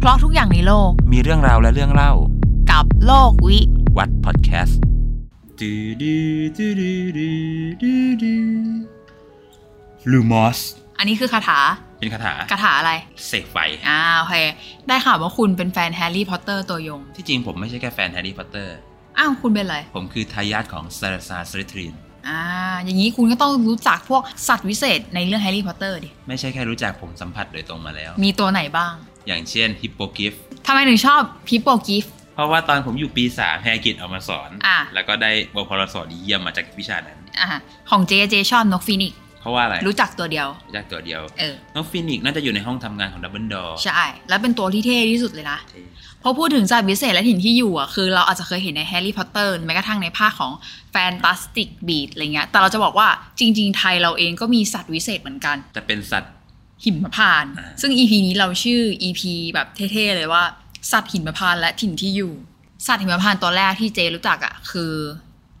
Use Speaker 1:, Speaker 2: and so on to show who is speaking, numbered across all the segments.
Speaker 1: เพราะทุกอย่างในโลก
Speaker 2: มีเรื่องราวและเรื่องเล่า
Speaker 1: กับโลกวิ
Speaker 2: วัดพอดแคสต์ ลูมอส
Speaker 1: อันนี้คือคาถา
Speaker 2: เป็นคาถา
Speaker 1: คาถาอะไร
Speaker 2: เสกไฟ
Speaker 1: อ่าโอเคได้ข่าวว่าคุณเป็นแฟนแฮร์รี่พอตเตอร์ตัวยง
Speaker 2: ที่จริงผมไม่ใช่แค่แฟนแฮร์รี่พอตเตอร์
Speaker 1: อ้าวคุณเป็นอะไร
Speaker 2: ผมคือทายาทของซาร์ซาสริทรีน
Speaker 1: อ่า อย่างนี้คุณก็ต้องรู้จักพวกสัตว์วิเศษในเรื่องแฮร์รี่พอตเตอร์ดิ
Speaker 2: ไม่ใช่แค่รู้จักผมสัมผัสโดยตรงมาแล้ว
Speaker 1: มีตัวไหนบ้าง
Speaker 2: อย่างเช่นฮิปโปกิฟ
Speaker 1: ทำไมถึงชอบฮิปโปกิฟ
Speaker 2: เพราะว่าตอนผมอยู่ปีสามแฮกิตเอามาสอน
Speaker 1: อ่ะ
Speaker 2: แล้วก็ได้บพรสอดีเยี่ยมมาจากวิชานั้น
Speaker 1: อ่าของเจเจชอบนกฟีนิกซ์
Speaker 2: เพราะว่าอะไร
Speaker 1: รู้จักตัวเดียว
Speaker 2: รู้จักตัวเดียว
Speaker 1: เออ
Speaker 2: น้องฟินิกซ์น่าจะอยู่ในห้องทำงานของดับเบิลดอร์
Speaker 1: ใช่ แล้วเป็นตัวที่เท่ที่สุดเลยนะ พอพูดถึงสัตว์วิเศษและถิ่นที่อยู่อ่ะ คือเราอาจจะเคยเห็นในแฮร์รี่พอตเตอร์แม้กระทั่งในภาคของแฟนตาสติกบีดอะไรเงี้ย แต่เราจะบอกว่าจริง ๆ ไทยเราเองก็มีสัตว์วิเศษเหมือนกัน
Speaker 2: แต่เป็นสัตว์
Speaker 1: หิมพานต์
Speaker 2: อ่า
Speaker 1: ซึ่ง EP นี้เราชื่อ EP แบบเท่ๆเลยว่า สัตว์หิมพานต์และถิ่นที่อยู่ สัตว์หิมพานต์ตัวแรกที่เจรู้จักอะ่ะคือ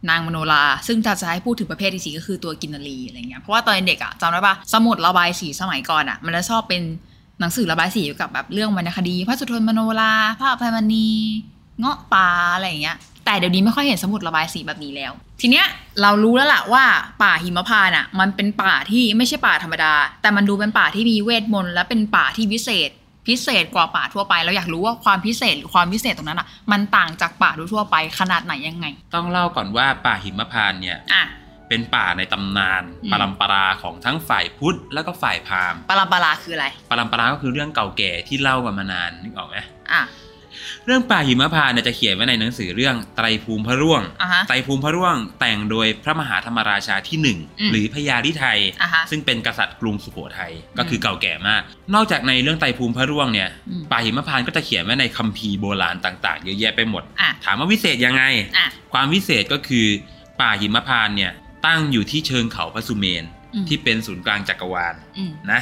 Speaker 1: นางมโนรา ซึ่งจะจะให้พูดถึงประเภทที่สีก็คือตัวกินนรีอะไรเงี้ยเพราะว่าตอนเด็กอะ่ะจำได้ปะสมุดระบายสีสมัยก่อนอะ่ะ มันจะชอบเป็นหนังสือระบายสีเกี่ยวกับแบบเรื่องวรรณคดีพระสุทนมโนราพระอภัยมณีเงาะป่าอะไรอย่างเงี้ย แต่เดี๋ยวนี้ไม่ค่อยเห็นสมุดระบายสีแบบนี้แล้ว ทีเนี้ยเรารู้แล้วล่ะว่าป่าหิมพานต์อ่ะ มันเป็นป่าที่ไม่ใช่ป่าธรรมดา แต่มันดูเป็นป่าที่มีเวทมนต์และเป็นป่าที่พิเศษ พิเศษกว่าป่าทั่วไปเราอยากรู้ว่าความพิเศษหรือความพิเศษตรงนั้นอ่ะ มันต่างจากป่าทั่วๆไปขนาดไหนยังไง
Speaker 2: ต้องเล่าก่อนว่าป่าหิมพานต์เนี่ย
Speaker 1: อ่ะ
Speaker 2: เป็นป่าในตำนาน
Speaker 1: อืม
Speaker 2: ปรัมปราของทั้งฝ่ายพุทธแล้วก็ฝ่ายพราหมณ์
Speaker 1: ปลาปลาคืออะไร
Speaker 2: ปรัมปราก็คือเรื่องเก่าแก่ที่เล่ากันมานานนึกออกไหม
Speaker 1: อ่ะ
Speaker 2: เรื่องป่าหิมพานต์เนี่ยจะเขียนไว้ในหนังสือเรื่องไตรภูมิพระร่วง
Speaker 1: อ่ะฮะ
Speaker 2: ไตรภูมิพระร่วงแต่งโดยพระมหาธรรมราชาที่หนึ่ง
Speaker 1: อืม
Speaker 2: หรือพญาลิไทย
Speaker 1: อ่ะฮะ
Speaker 2: ซึ่งเป็นกษัตริย์กรุงสุโขทัยก็คือ
Speaker 1: ม
Speaker 2: เก่าแก่มาก นอกจากในเรื่องไตรภูมิพระร่วงเนี่ย
Speaker 1: อืม
Speaker 2: ป่าหิมพานต์ก็จะเขียนไว้ในคัมภีร์โบราณต่างๆ เยอะแยะไปหมด
Speaker 1: อ่ะ
Speaker 2: ถามว่าวิเศษยังไง
Speaker 1: อ่ะ
Speaker 2: ความวิเศษก็คือป่าหิมพานต์เนี่ยตั้งอยู่ที่เชิงเขาพระสุเมน
Speaker 1: อืม
Speaker 2: ที่เป็นศูนย์กลางจักรวาล
Speaker 1: อืม
Speaker 2: นะ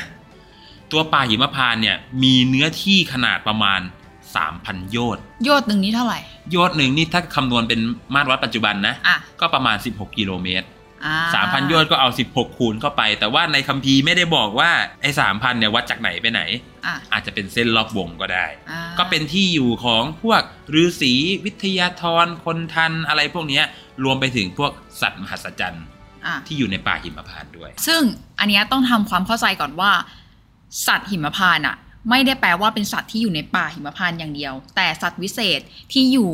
Speaker 2: ตัวป่าหิมพานต์เนี่ยมีเนื้อที่ขนาดประมาณ 3,000 โยชน์
Speaker 1: โยดหนึ่งนี้เท่าไหร่
Speaker 2: โยชน์หนึ่งนี่ถ้าคำนวณเป็นมาตรวัดปัจจุบันนะ
Speaker 1: อ่ะ
Speaker 2: ก็ประมาณ 16 กิโลเมตร
Speaker 1: อ่า
Speaker 2: 3,000 โยชน์ก็เอา 16 คูณเข้าไป แต่ว่าในคัมภีร์ไม่ได้บอกว่าไอ้3,000เนี่ยวัดจากไหนไปไหน
Speaker 1: อ่ะ
Speaker 2: อาจจะเป็นเส้นรอบวงก็ได้
Speaker 1: อ่า
Speaker 2: ก็เป็นที่อยู่ของพวกฤาษีวิทยาธรคนทันอะไรพวกเนี้ยรวมไปถึงพวกสัตว์มหัศจรรย์
Speaker 1: อ่ะ
Speaker 2: ที่อยู่ในป่าหิมพานต์ด้วย
Speaker 1: ซึ่งอันเนี้ยต้องทำความเข้าใจก่อนว่า สัตว์หิมพานต์อ่ะ ไม่ได้แปลว่าเป็นสัตว์ที่อยู่ในป่าหิมพานต์อย่างเดียว แต่สัตว์วิเศษที่อยู่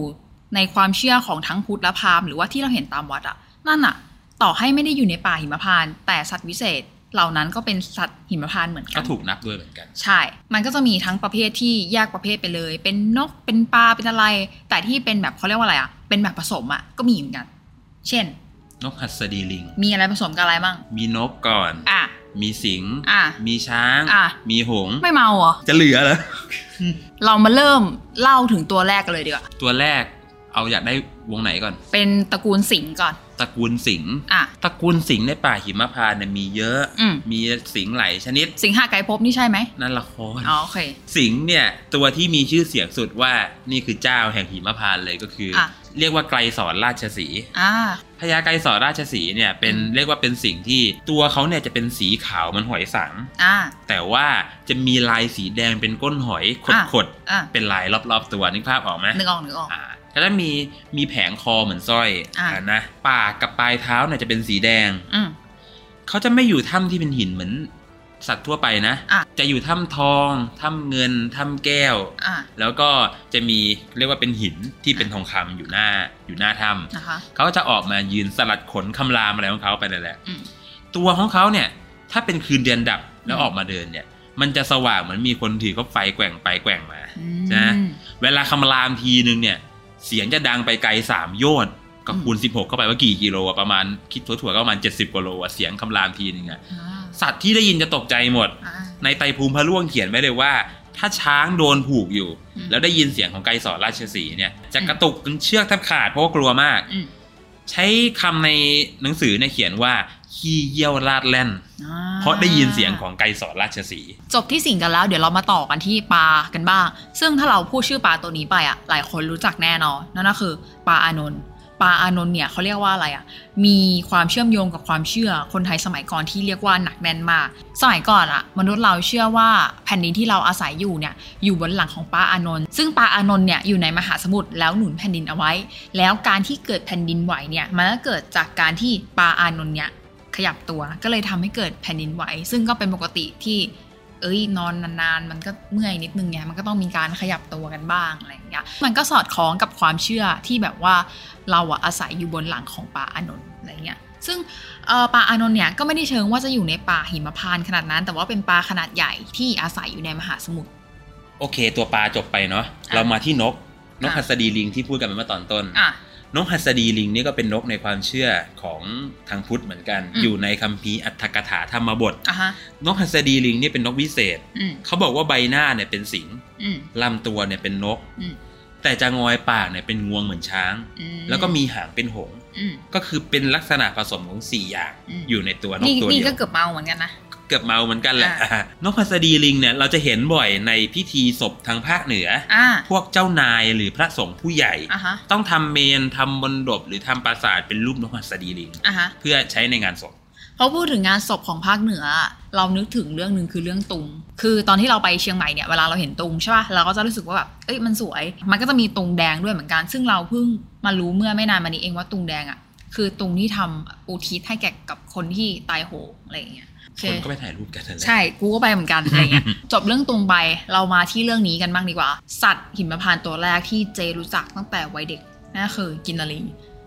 Speaker 1: ในความเชื่อของทั้งพุทธและพราหมณ์หรือว่าที่เราเห็นตามวัดอ่ะนั่นอ่ะ ต่อให้ไม่ได้อยู่ในป่าหิมพานต์แต่สัตว์วิเศษเหล่านั้นก็เป็นสัตว์หิมพานต์เหมือนกั
Speaker 2: ก็
Speaker 1: น
Speaker 2: ถูกนับด้วยเหมือนกัน
Speaker 1: ใช่ มันก็จะมีทั้งประเภทที่แยกประเภทไปเลย เป็นนก เป็นปลา เป็นอะไร แต่ที่เป็นแบบเขาเรียกว่าอะไรอ่ะ เป็นแบบผสมอ่ะ ก็มีเหมือนกัน เช่น
Speaker 2: นกหัสดีลิง
Speaker 1: มีอะไรผสมกับอะไรบ้าง
Speaker 2: มีนกก่อน
Speaker 1: อ่ะ
Speaker 2: มีสิงห์
Speaker 1: อ่ะ
Speaker 2: มีช้าง
Speaker 1: อ่ะ
Speaker 2: มีหงส์
Speaker 1: ไม่เมาเหรอ
Speaker 2: จะเหลือเหรอ
Speaker 1: เรามาเริ่มเล่าถึงตัวแรกกันเลยดีกว่า
Speaker 2: ตัวแรกเอาอยากได้วงไหนก่อน
Speaker 1: เป็นตระกูลสิงห์ก่อน
Speaker 2: ตระกูลสิงห์
Speaker 1: อ่ะ
Speaker 2: ตระกูลสิงห์ในป่าหิมพานต์เนี่ยมีเยอะ
Speaker 1: อืม
Speaker 2: มีสิงห์หลายชนิด
Speaker 1: สิงหาไกรภพนี่ใช่ไหม
Speaker 2: นั่นละคร
Speaker 1: อ๋อ โอเค
Speaker 2: สิงห์เนี่ยตัวที่มีชื่อเสียงสุดว่านี่คือเจ้าแห่งหิมพานต์เลยก็คืออะ เรียกว่าไกรสอนราชสีห์
Speaker 1: อ่า
Speaker 2: พญาไกรสอนราชสีห์เนี่ยเป็น
Speaker 1: อืม
Speaker 2: เรียกว่าเป็นสิงห์ที่ตัวเขาเนี่ยจะเป็นสีขาวเหมันหอยสัง
Speaker 1: อ่า
Speaker 2: แต่ว่าจะมีลายสีแดงเป็นก้นหอย
Speaker 1: อ่ะ
Speaker 2: ขด
Speaker 1: อ่า
Speaker 2: ๆเป็นลายรอบๆตัวนึกภาพออกไหม
Speaker 1: นึกออกนึกออก
Speaker 2: อ่าแล้วก็มีมีแผงคอเหมือนสร้อย
Speaker 1: อ่ะ
Speaker 2: อ่านะปากกับปลายเท้าเนี่ยจะเป็นสีแดง
Speaker 1: อืม
Speaker 2: เขาจะไม่อยู่ถ้ำที่เป็นหินเหมือนสัตว์ทั่วไปนะ
Speaker 1: อ่ะ
Speaker 2: จะอยู่ถ้ำทองถ้ำเงินถ้ำแก้ว
Speaker 1: อ่า
Speaker 2: แล้วก็จะมีเรียกว่าเป็นหินที่เป็นทองคำอยู่หน้าอยู่หน้าถ้
Speaker 1: นะคะ
Speaker 2: ำเขาก็จะออกมายืนสลัดขนคำรามอะไรของเขาไปนั่นแหละ
Speaker 1: อืม
Speaker 2: ตัวของเขาเนี่ย ถ้าเป็นคืนเดือนดับแล้ว
Speaker 1: อืม
Speaker 2: ออกมาเดินเนี่ย มันจะสว่างเหมือนมีคนถือคบไฟแกว่งไปแกว่งมา
Speaker 1: อื
Speaker 2: ใช่ไหม
Speaker 1: ม
Speaker 2: เวลาคำรามทีนึงเนี่ย เสียงจะดังไปไกลสามโยชน์ก็คูณ 16 เข้าไปว่ากี่กิโลอะประมาณคิดถั่วๆก็ประมาณ 70กว่าโลอะเสียงคำรามทีนึงอะ
Speaker 1: อ่า
Speaker 2: สัตว์ที่ได้ยินจะตกใจหมด
Speaker 1: อ่า
Speaker 2: ในไตรภูมิพระร่วงเขียนไว้เลยว่า ถ้าช้างโดนผูกอยู่
Speaker 1: อืม
Speaker 2: แล้วได้ยินเสียงของไกรสอนราชสีห์เนี่ยจะกระตุกจนเชือกแทบขาดเพราะว่ากลัวมาก
Speaker 1: อืม
Speaker 2: ใช้คำในหนังสือเนี่ยเขียนว่าขี้เยี่ยวลาดแล่น
Speaker 1: อ่
Speaker 2: เพราะได้ยินเสียงของไกรสอนราชสีห์
Speaker 1: จบที่สิงห์กันแล้ว เดี๋ยวเรามาต่อกันที่ปลากันบ้าง ซึ่งถ้าเราพูดชื่อปลาตัวนี้ไปอ่ะ หลายคนรู้จักแน่นอน นั่นก็คือปลาอานนท์ ปาอานนท์เนี่ยเขาเรียกว่าอะไรอะ่ะ มีความเชื่อมโยงกับความเชื่อคนไทยสมัยก่อนที่เรียกว่าหนักแน่นมาก สมัยก่อนอะ่ะ มนุษย์เราเชื่อว่าแผ่นดินที่เราอาศัยอยู่เนี่ยอยู่บนหลังของปาอานนท์ซึ่งปาอานนท์เนี่ยอยู่ในมหาสมุทรแล้วหนุนแผ่นดินเอาไว้ แล้วการที่เกิดแผ่นดินไหวเนี่ยมันก็เกิดจากการที่ปาอานนท์เนี่ยขยับตัวก็เลยทำให้เกิดแผ่นดินไหว ซึ่งก็เป็นปกติที่ เอ้ยนอนนานๆ มันก็เมื่อยนิดนึงไงมันก็ต้องมีการขยับตัวกันบ้างอะไรอย่างเงี้ยมันก็สอดคล้องกับความเชื่อที่แบบว่าเราอะอาศัยอยู่บนหลังของป่าอานนท์อะไรเงี้ยซึ่งเอ่อป่าอานนท์เนี่ยก็ไม่ได้เชิงว่าจะอยู่ในป่าหิมพานต์ขนาดนั้น แต่ว่าเป็นป่าขนาดใหญ่ที่อาศัยอยู่ในมหาสมุทร
Speaker 2: โอเค ตัวปลาจบไปเนาะ
Speaker 1: อ่ะ
Speaker 2: เรามาที่นก นก
Speaker 1: อ่ะ
Speaker 2: หัสดีลิงที่พูดกันไปเมื่อตอนต้น
Speaker 1: อ่ะ
Speaker 2: นกหัสดีลิงนี่ก็เป็นนกในความเชื่อของทางพุทธเหมือนกัน
Speaker 1: อืม
Speaker 2: อยู่ในคัมภีร์อัตถกถาธรรมบท
Speaker 1: อ่ะฮะ
Speaker 2: นกหัสดีลิงนี่เป็นนกวิเศษ
Speaker 1: อืม
Speaker 2: เขาบอกว่าใบหน้าเนี่ยเป็นสิง
Speaker 1: อืม
Speaker 2: ลำตัวเนี่ยเป็นนก
Speaker 1: อืม
Speaker 2: แต่จะงอยปากเนี่ยเป็นงวงเหมือนช้าง
Speaker 1: อืม
Speaker 2: แล้วก็มีหางเป็นหงส์
Speaker 1: อืม
Speaker 2: ก็คือเป็นลักษณะผสมของสี่อย่าง
Speaker 1: อืม
Speaker 2: อยู่ในตัวนก
Speaker 1: นี่
Speaker 2: ตัว
Speaker 1: นี่
Speaker 2: เดีย
Speaker 1: ก็
Speaker 2: ว
Speaker 1: เกือบเมาเหมือนกันนะ
Speaker 2: เกือบเมาเหมือนกันแหละ
Speaker 1: อ่ะ
Speaker 2: อ่ะนกหัสดีลิงเนี่ยเราจะเห็นบ่อยในพิธีศพทางภาคเหนือ
Speaker 1: อ่ะ
Speaker 2: พวกเจ้านายหรือพระสงฆ์ผู้ใหญ่
Speaker 1: อ่ะฮะ
Speaker 2: ต้องทำเมนทำมนดบหรือทำปราสาทเป็นรูปนกหัสดีลิง
Speaker 1: อ่ะฮะ
Speaker 2: เพื่อใช้ในงานศพ
Speaker 1: พอพูดถึงงานศพของภาคเหนืออะเรานึกถึงเรื่องหนึ่งคือเรื่องตุง คือตอนที่เราไปเชียงใหม่เนี่ยเวลาเราเห็นตุงใช่ป่ะเราก็จะรู้สึกว่าแบบเอ้ยมันสวย มันก็จะมีตุงแดงด้วยเหมือนกัน ซึ่งเราเพิ่งมารู้เมื่อไม่นานมานี้เองว่าตุงแดงอ่ะคือตุงที่ทำอุทิศให้แก่กับคนที่ตายโหงอะไรอย่างเงี้ยโอเค
Speaker 2: คนก็ไปถ่ายรูปกันนั่นแหละ
Speaker 1: ใช่ กูก็ไปเหมือนกัน อะไรเงี้ย จบเรื่องตรงไป เรามาที่เรื่องนี้กันบ้างดีกว่า สัตว์หิมพานต์ตัวแรกที่เจรู้จักตั้งแต่วัยเด็กนั่นก็คือกินนารี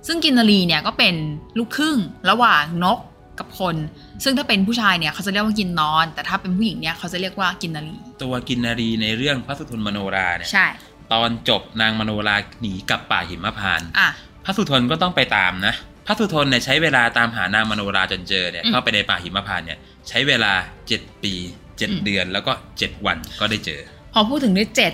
Speaker 1: ซึ่งกินนารีเนี่ยก็เป็นลูกครึ่งระหว่างนกกับคน ซึ่งถ้าเป็นผู้ชายเนี่ยเขาจะเรียกว่ากินนอน แต่ถ้าเป็นผู้หญิงเนี่ยเขาจะเรียกว่ากินนารี
Speaker 2: ตัวกินนารีในเรื่องพระสุทนมโนราเนี่ย
Speaker 1: ใช่
Speaker 2: ตอนจบนางมโนราหนีกลับป่าหิมพานต์
Speaker 1: อ่ะ
Speaker 2: พระสุทนก็ต้องไปตามนะพระสุทนเนี่ยใช้เวลาตามหานางมโนราจนเจอเนี่ย
Speaker 1: อืม
Speaker 2: เข้าไปในป่าหิมพานต์เนี่ยใช้เวลา 7 ปี 7 เดือนแล้วก็ 7 วันก็ได้เจอ
Speaker 1: พอพูดถึงเลขเจ็ด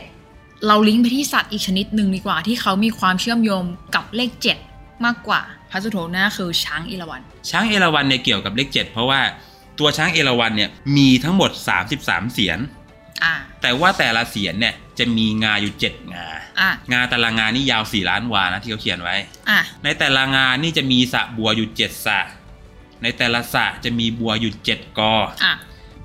Speaker 1: เราลิงก์ไปที่สัตว์อีกชนิดหนึ่งดีกว่า ที่เขามีความเชื่อมโยงกับเลขเจ็ดมากกว่าพระสุโธน่าคือช้างอิราวัณ
Speaker 2: ช้างเอราวัณเนี่ยเกี่ยวกับเลขเจ็ดเพราะว่าตัวช้างเอราวัณเนี่ยมีทั้งหมด 33 เสียน
Speaker 1: อ่ะ
Speaker 2: แต่ว่าแต่ละเสียนเนี่ยจะมีงาอยู่ 7 งา
Speaker 1: อ่ะ
Speaker 2: งาแต่ละงานี่ยาว 4 ล้านวานะที่เขาเขียนไว้
Speaker 1: อ่ะ
Speaker 2: ในแต่ละงานี่จะมีสระบัวอยู่ 7สระในแต่ละสระจะมีบัวอยู่ 7 กอ
Speaker 1: อ่ะ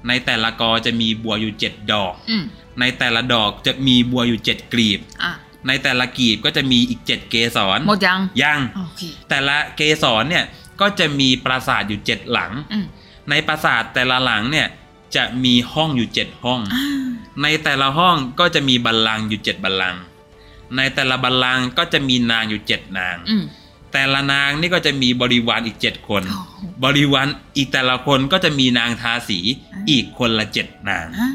Speaker 2: ในแต่ละกอจะมีบัวอยู่ 7 ดอก
Speaker 1: อืม
Speaker 2: ในแต่ละดอกจะมีบัวอยู่ 7 กลีบ
Speaker 1: อ่ะ
Speaker 2: ในแต่ละกลีบก็จะมีอีก 7 เกสร
Speaker 1: หมดยัง
Speaker 2: ยัง
Speaker 1: โอเค
Speaker 2: แต่ละเกสรเนี่ยก็จะมีปราสาทอยู่ 7 หลัง
Speaker 1: อืม
Speaker 2: ในปราสาทแต่ละหลังเนี่ยจะมีห้องอยู่ 7 ห้อง
Speaker 1: อ่า
Speaker 2: ในแต่ละห้องก็จะมีบัลลังก์อยู่ 7 บัลลังก์ในแต่ละบัลลังก์ก็จะมีนางอยู่ 7 นาง
Speaker 1: อืม
Speaker 2: แต่ละนางนี่ก็จะมีบริวารอีก 7 คน
Speaker 1: โอ้โห
Speaker 2: บริวารอีกแต่ละคนก็จะมีนางทาสี
Speaker 1: อ่า
Speaker 2: อีกคนละ 7 นาง
Speaker 1: อ่า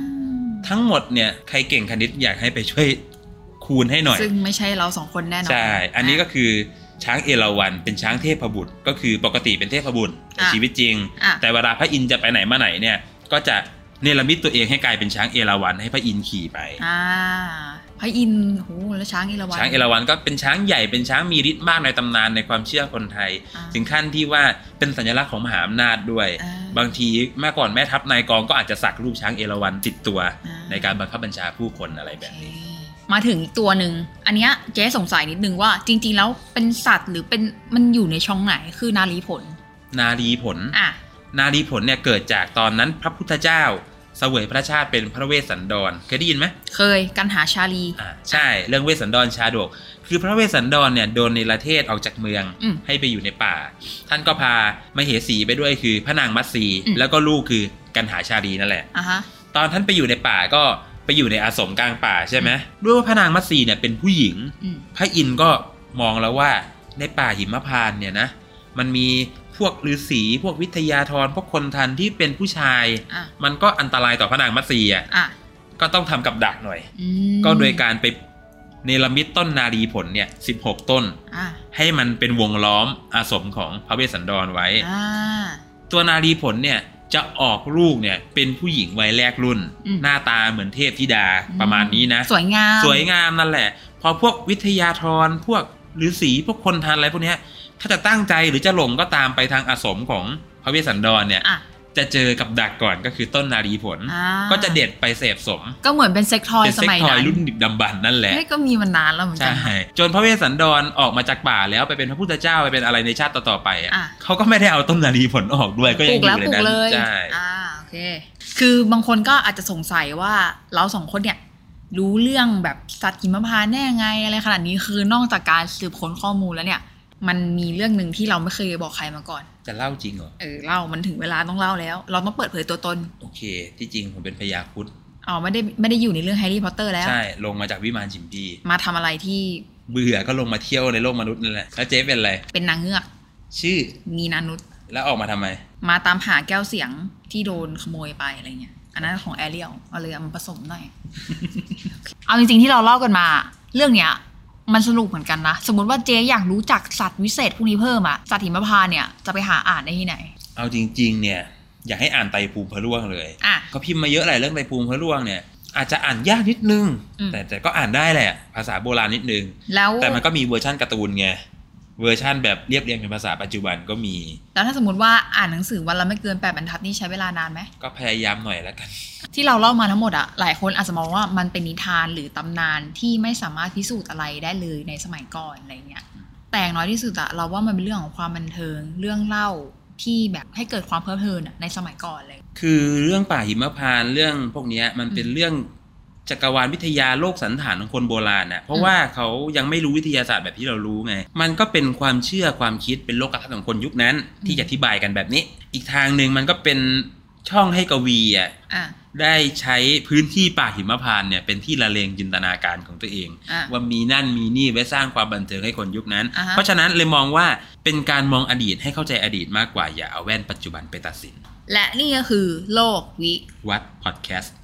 Speaker 2: ทั้งหมดเนี่ยใครเก่งคณิตอยากให้ไปช่วยคูณให้หน่อย
Speaker 1: ซึ่งไม่ใช่เราสองคนแน่นอน
Speaker 2: ใช่ อันนี้ก็
Speaker 1: ะ
Speaker 2: คือช้างเอราวัณเป็นช้างเทพบุตร ก็คือปกติเป็นเทพบุตรใน
Speaker 1: อ่ะ
Speaker 2: ชีวิตจริง
Speaker 1: อ่ะ
Speaker 2: แต่เวลาพระอินทร์จะไปไหนมาไหนเนี่ย ก็จะเนรมิตตัวเองให้กลายเป็นช้างเอราวัณให้พระอินทร์ขี่ไป
Speaker 1: อ่าพระอินทร์โหแล้วช้างเอราวัณ
Speaker 2: ช้างเอราวัณก็เป็นช้างใหญ่เป็นช้างมีฤทธิ์มากในตำนานในความเชื่อคนไทย
Speaker 1: อ่า
Speaker 2: ถึงขั้นที่ว่าเป็นสัญลักษณ์ของมหาอำนาจด้วย
Speaker 1: อ่
Speaker 2: บางทีเมื่อก่อนแม่ทัพนายกองก็อาจจะสักรูปช้างเอราวัณติดตัว
Speaker 1: อ่า
Speaker 2: ในการบังคับบัญชาผู้คนอะไรแบบนี้
Speaker 1: โอเคมาถึงอีกตัวหนึ่ง อันเนี้ยเจ๊สงสัยนิดนึงว่าจริง ๆ แล้วเป็นสัตว์หรือเป็นมันอยู่ในช่องไหนคือนารีผล
Speaker 2: นารีผล
Speaker 1: อ่ะ
Speaker 2: นารีผลเนี่ยเกิดจากตอนนั้นพระพุทธเจ้า เสวยพระชาติเป็นพระเวสสันดรเคยได้ยินไหม
Speaker 1: เคยกันหาชาลี
Speaker 2: อ่าใช่เรื่องเวสสันดรชาดก คือพระเวสสันดรเนี่ยโดนในประเทศออกจากเมือง
Speaker 1: อืม
Speaker 2: ให้ไปอยู่ในป่า ท่านก็พามาเหสีไปด้วยคือพระนางมัตสี
Speaker 1: อืม
Speaker 2: แล้วก็ลูกคือกันหาชาลีนั่นแหละ
Speaker 1: อ่ะฮะ
Speaker 2: ตอนท่านไปอยู่ในป่าก็ไปอยู่ในอาสมกลางป่าใช่ไหมด้วยว่าพระนางมัตสีเนี่ยเป็นผู้หญิง
Speaker 1: อืม
Speaker 2: พระอินทร์ก็มองแล้วว่าในป่าหิมพานต์เนี่ยนะ มันมีพวกฤาษีพวกวิทยาธรพวกคนทันที่เป็นผู้ชาย
Speaker 1: อ่ะ
Speaker 2: มันก็อันตรายต่อพระนางมัตสีอ่ะ
Speaker 1: อ่ะ
Speaker 2: ก็ต้องทำกับดักหน่อย
Speaker 1: อืม
Speaker 2: ก็โดยการไปเนรมิตต้นนารีผลเนี่ยสิต้น
Speaker 1: อ่ะ
Speaker 2: ให้มันเป็นวงล้อมอาสมของพระเวสสันดรไว้
Speaker 1: อ่า
Speaker 2: ตัวนารีผลเนี่ยจะออกลูกเนี่ยเป็นผู้หญิงวัยแรกรุ่น
Speaker 1: อืม
Speaker 2: หน้าตาเหมือนเทพธิดาประมาณนี้นะ
Speaker 1: สวยงาม
Speaker 2: สวยงามนั่นแหละ พอพวกวิทยาธรพวกฤาษีพวกคนทานอะไรพวกเนี้ยถ้าจะตั้งใจหรือจะหลงก็ตามไปทางอาสมของพระเวสสันดรเนี่ย
Speaker 1: อ่ะ
Speaker 2: จะเจอกับดักก่อนก็คือต้นนารีผล
Speaker 1: อ่า
Speaker 2: ก็จะเด็ดไปเสพสม
Speaker 1: ก็เหมือนเป็นเซ็กทอย
Speaker 2: เป็น
Speaker 1: ส
Speaker 2: เซ็ก
Speaker 1: มัย
Speaker 2: ทอย
Speaker 1: นั้น
Speaker 2: รุ่นดึกดำบรรพ์นั่นแหละ
Speaker 1: เฮ้ยก็มีมานานแล้วเหมือนกั
Speaker 2: ใช่
Speaker 1: น
Speaker 2: จนพระเวสสันดรออกมาจากป่าแล้วไปเป็นพระพุทธเจ้าไปเป็นอะไรในชาติต่อๆไปอ่ะ
Speaker 1: อ่ะ
Speaker 2: เขาก็ไม่ได้เอาต้นนารีผลออกด้วยก็
Speaker 1: ป
Speaker 2: ยั
Speaker 1: ลู
Speaker 2: ง
Speaker 1: ก
Speaker 2: อ
Speaker 1: แล้ว
Speaker 2: ยู่
Speaker 1: ปลูก
Speaker 2: ในนั้น
Speaker 1: เลย
Speaker 2: ใช่
Speaker 1: อ่าโอเค คือบางคนก็อาจจะสงสัยว่าเราสองคนเนี่ย รู้เรื่องแบบสัตว์กินมะพร้าวแน่ไงอะไรขนาดนี้คือนอกจากการสืบค้นข้อมูลแล้วเนี่ย มันมีเรื่องหนึ่งที่เราไม่เคยบอกใครมาก่อน
Speaker 2: จะเล่าจริงเหรอ
Speaker 1: เออเล่ามันถึงเวลาต้องเล่าแล้ว เราต้องเปิดเผยตัวตน
Speaker 2: โอเค ที่จริงผมเป็นพญาครุด
Speaker 1: อ๋อไม่ได้ไม่ได้อยู่ในเรื่องแฮร์รี่พอตเตอร์แล้ว
Speaker 2: ใช่ ลงมาจากวิมานจิมพี
Speaker 1: มาทำอะไรที่
Speaker 2: เบื่อก็ลงมาเที่ยวในโลกมนุษย์นั่นแหละแล้วเจ๊เป็นอะไร
Speaker 1: เป็นนางเงือก
Speaker 2: ชื่อ
Speaker 1: มีนานุษย์
Speaker 2: แล้วออกมาทำไม
Speaker 1: มาตามหาแก้วเสียงที่โดนขโมยไปอะไรเงี้ยอันนั้นของแอเรียลเอาเลยเอามาผสมหน่อย เอาจริงๆที่เราเล่ากันมา เรื่องเนี้ย มันสนุกเหมือนกันนะ สมมติว่าเจ๊อยากรู้จักสัตว์วิเศษพวกนี้เพิ่มอะสัตว์หิมพานต์เนี่ยจะไปหาอ่านได้ที่ไหน
Speaker 2: เอาจริง ๆ เนี่ย อยากให้อ่านไตรภูมิพระร่วงเลย
Speaker 1: อ่ะ
Speaker 2: ก็พิมพ์มาเยอะหลายเรื่องไตรภูมิพระร่วงเนี่ย อาจจะอ่านยากนิดนึง
Speaker 1: อืม
Speaker 2: แต่แต่ก็อ่านได้แหละ ภาษาโบราณนิดนึง
Speaker 1: แล้ว
Speaker 2: แต่มันก็มีเวอร์ชั่นการ์ตูนไง เวอร์ชั่นแบบเรียบเรียงเป็นภาษาปัจจุบันก็มี
Speaker 1: แล้วถ้าสมมติว่าอ่านหนังสือวันละไม่เกินแปดบรรทัดนี่ใช้เวลานานไหม
Speaker 2: ก็พยายามหน่อยแล้วกัน
Speaker 1: ที่เราเล่ามาทั้งหมดอะหลายคนอาจจะมองว่ามันเป็นนิทานหรือตำนานที่ไม่สามารถพิสูจน์อะไรได้เลยในสมัยก่อนอะไรเงี้ย แต่อย่างน้อยที่สุดอะเราว่ามันเป็นเรื่องของความบันเทิงเรื่องเล่าที่แบบให้เกิดความเพลิดเพลินอะในสมัยก่อนเลย
Speaker 2: คือเรื่องป่าหิมพานต์เรื่องพวกเนี้ยมันเป็น
Speaker 1: อืม
Speaker 2: เรื่องจักรวาลวิทยาโลกสันฐานของคนโบราณน่ะเพราะว่าเขายังไม่รู้วิทยาศาสตร์แบบที่เรารู้ไง มันก็เป็นความเชื่อความคิดเป็นโลกทัศน์ของคนยุคนั้น ที่
Speaker 1: อืม
Speaker 2: จะอธิบายกันแบบนี้ อีกทางหนึ่งมันก็เป็นช่องให้กวีอ่ะ
Speaker 1: อ่ะ
Speaker 2: ได้ใช้พื้นที่ป่าหิมพานต์เนี่ยเป็นที่ละเลงจินตนาการของตัวเอง
Speaker 1: อ่ะ
Speaker 2: ว่ามีนั่นมีนี่ไว้สร้างความบันเทิงให้คนยุคนั้น
Speaker 1: อ่าฮะ
Speaker 2: เพราะฉะนั้นเลยมองว่าเป็นการมองอดีตให้เข้าใจอดีตมากกว่าอย่าเอาแว่นปัจจุบันไปตัดสิน
Speaker 1: และนี่ก็คือโลกวิ
Speaker 2: วัดพอดแคสต์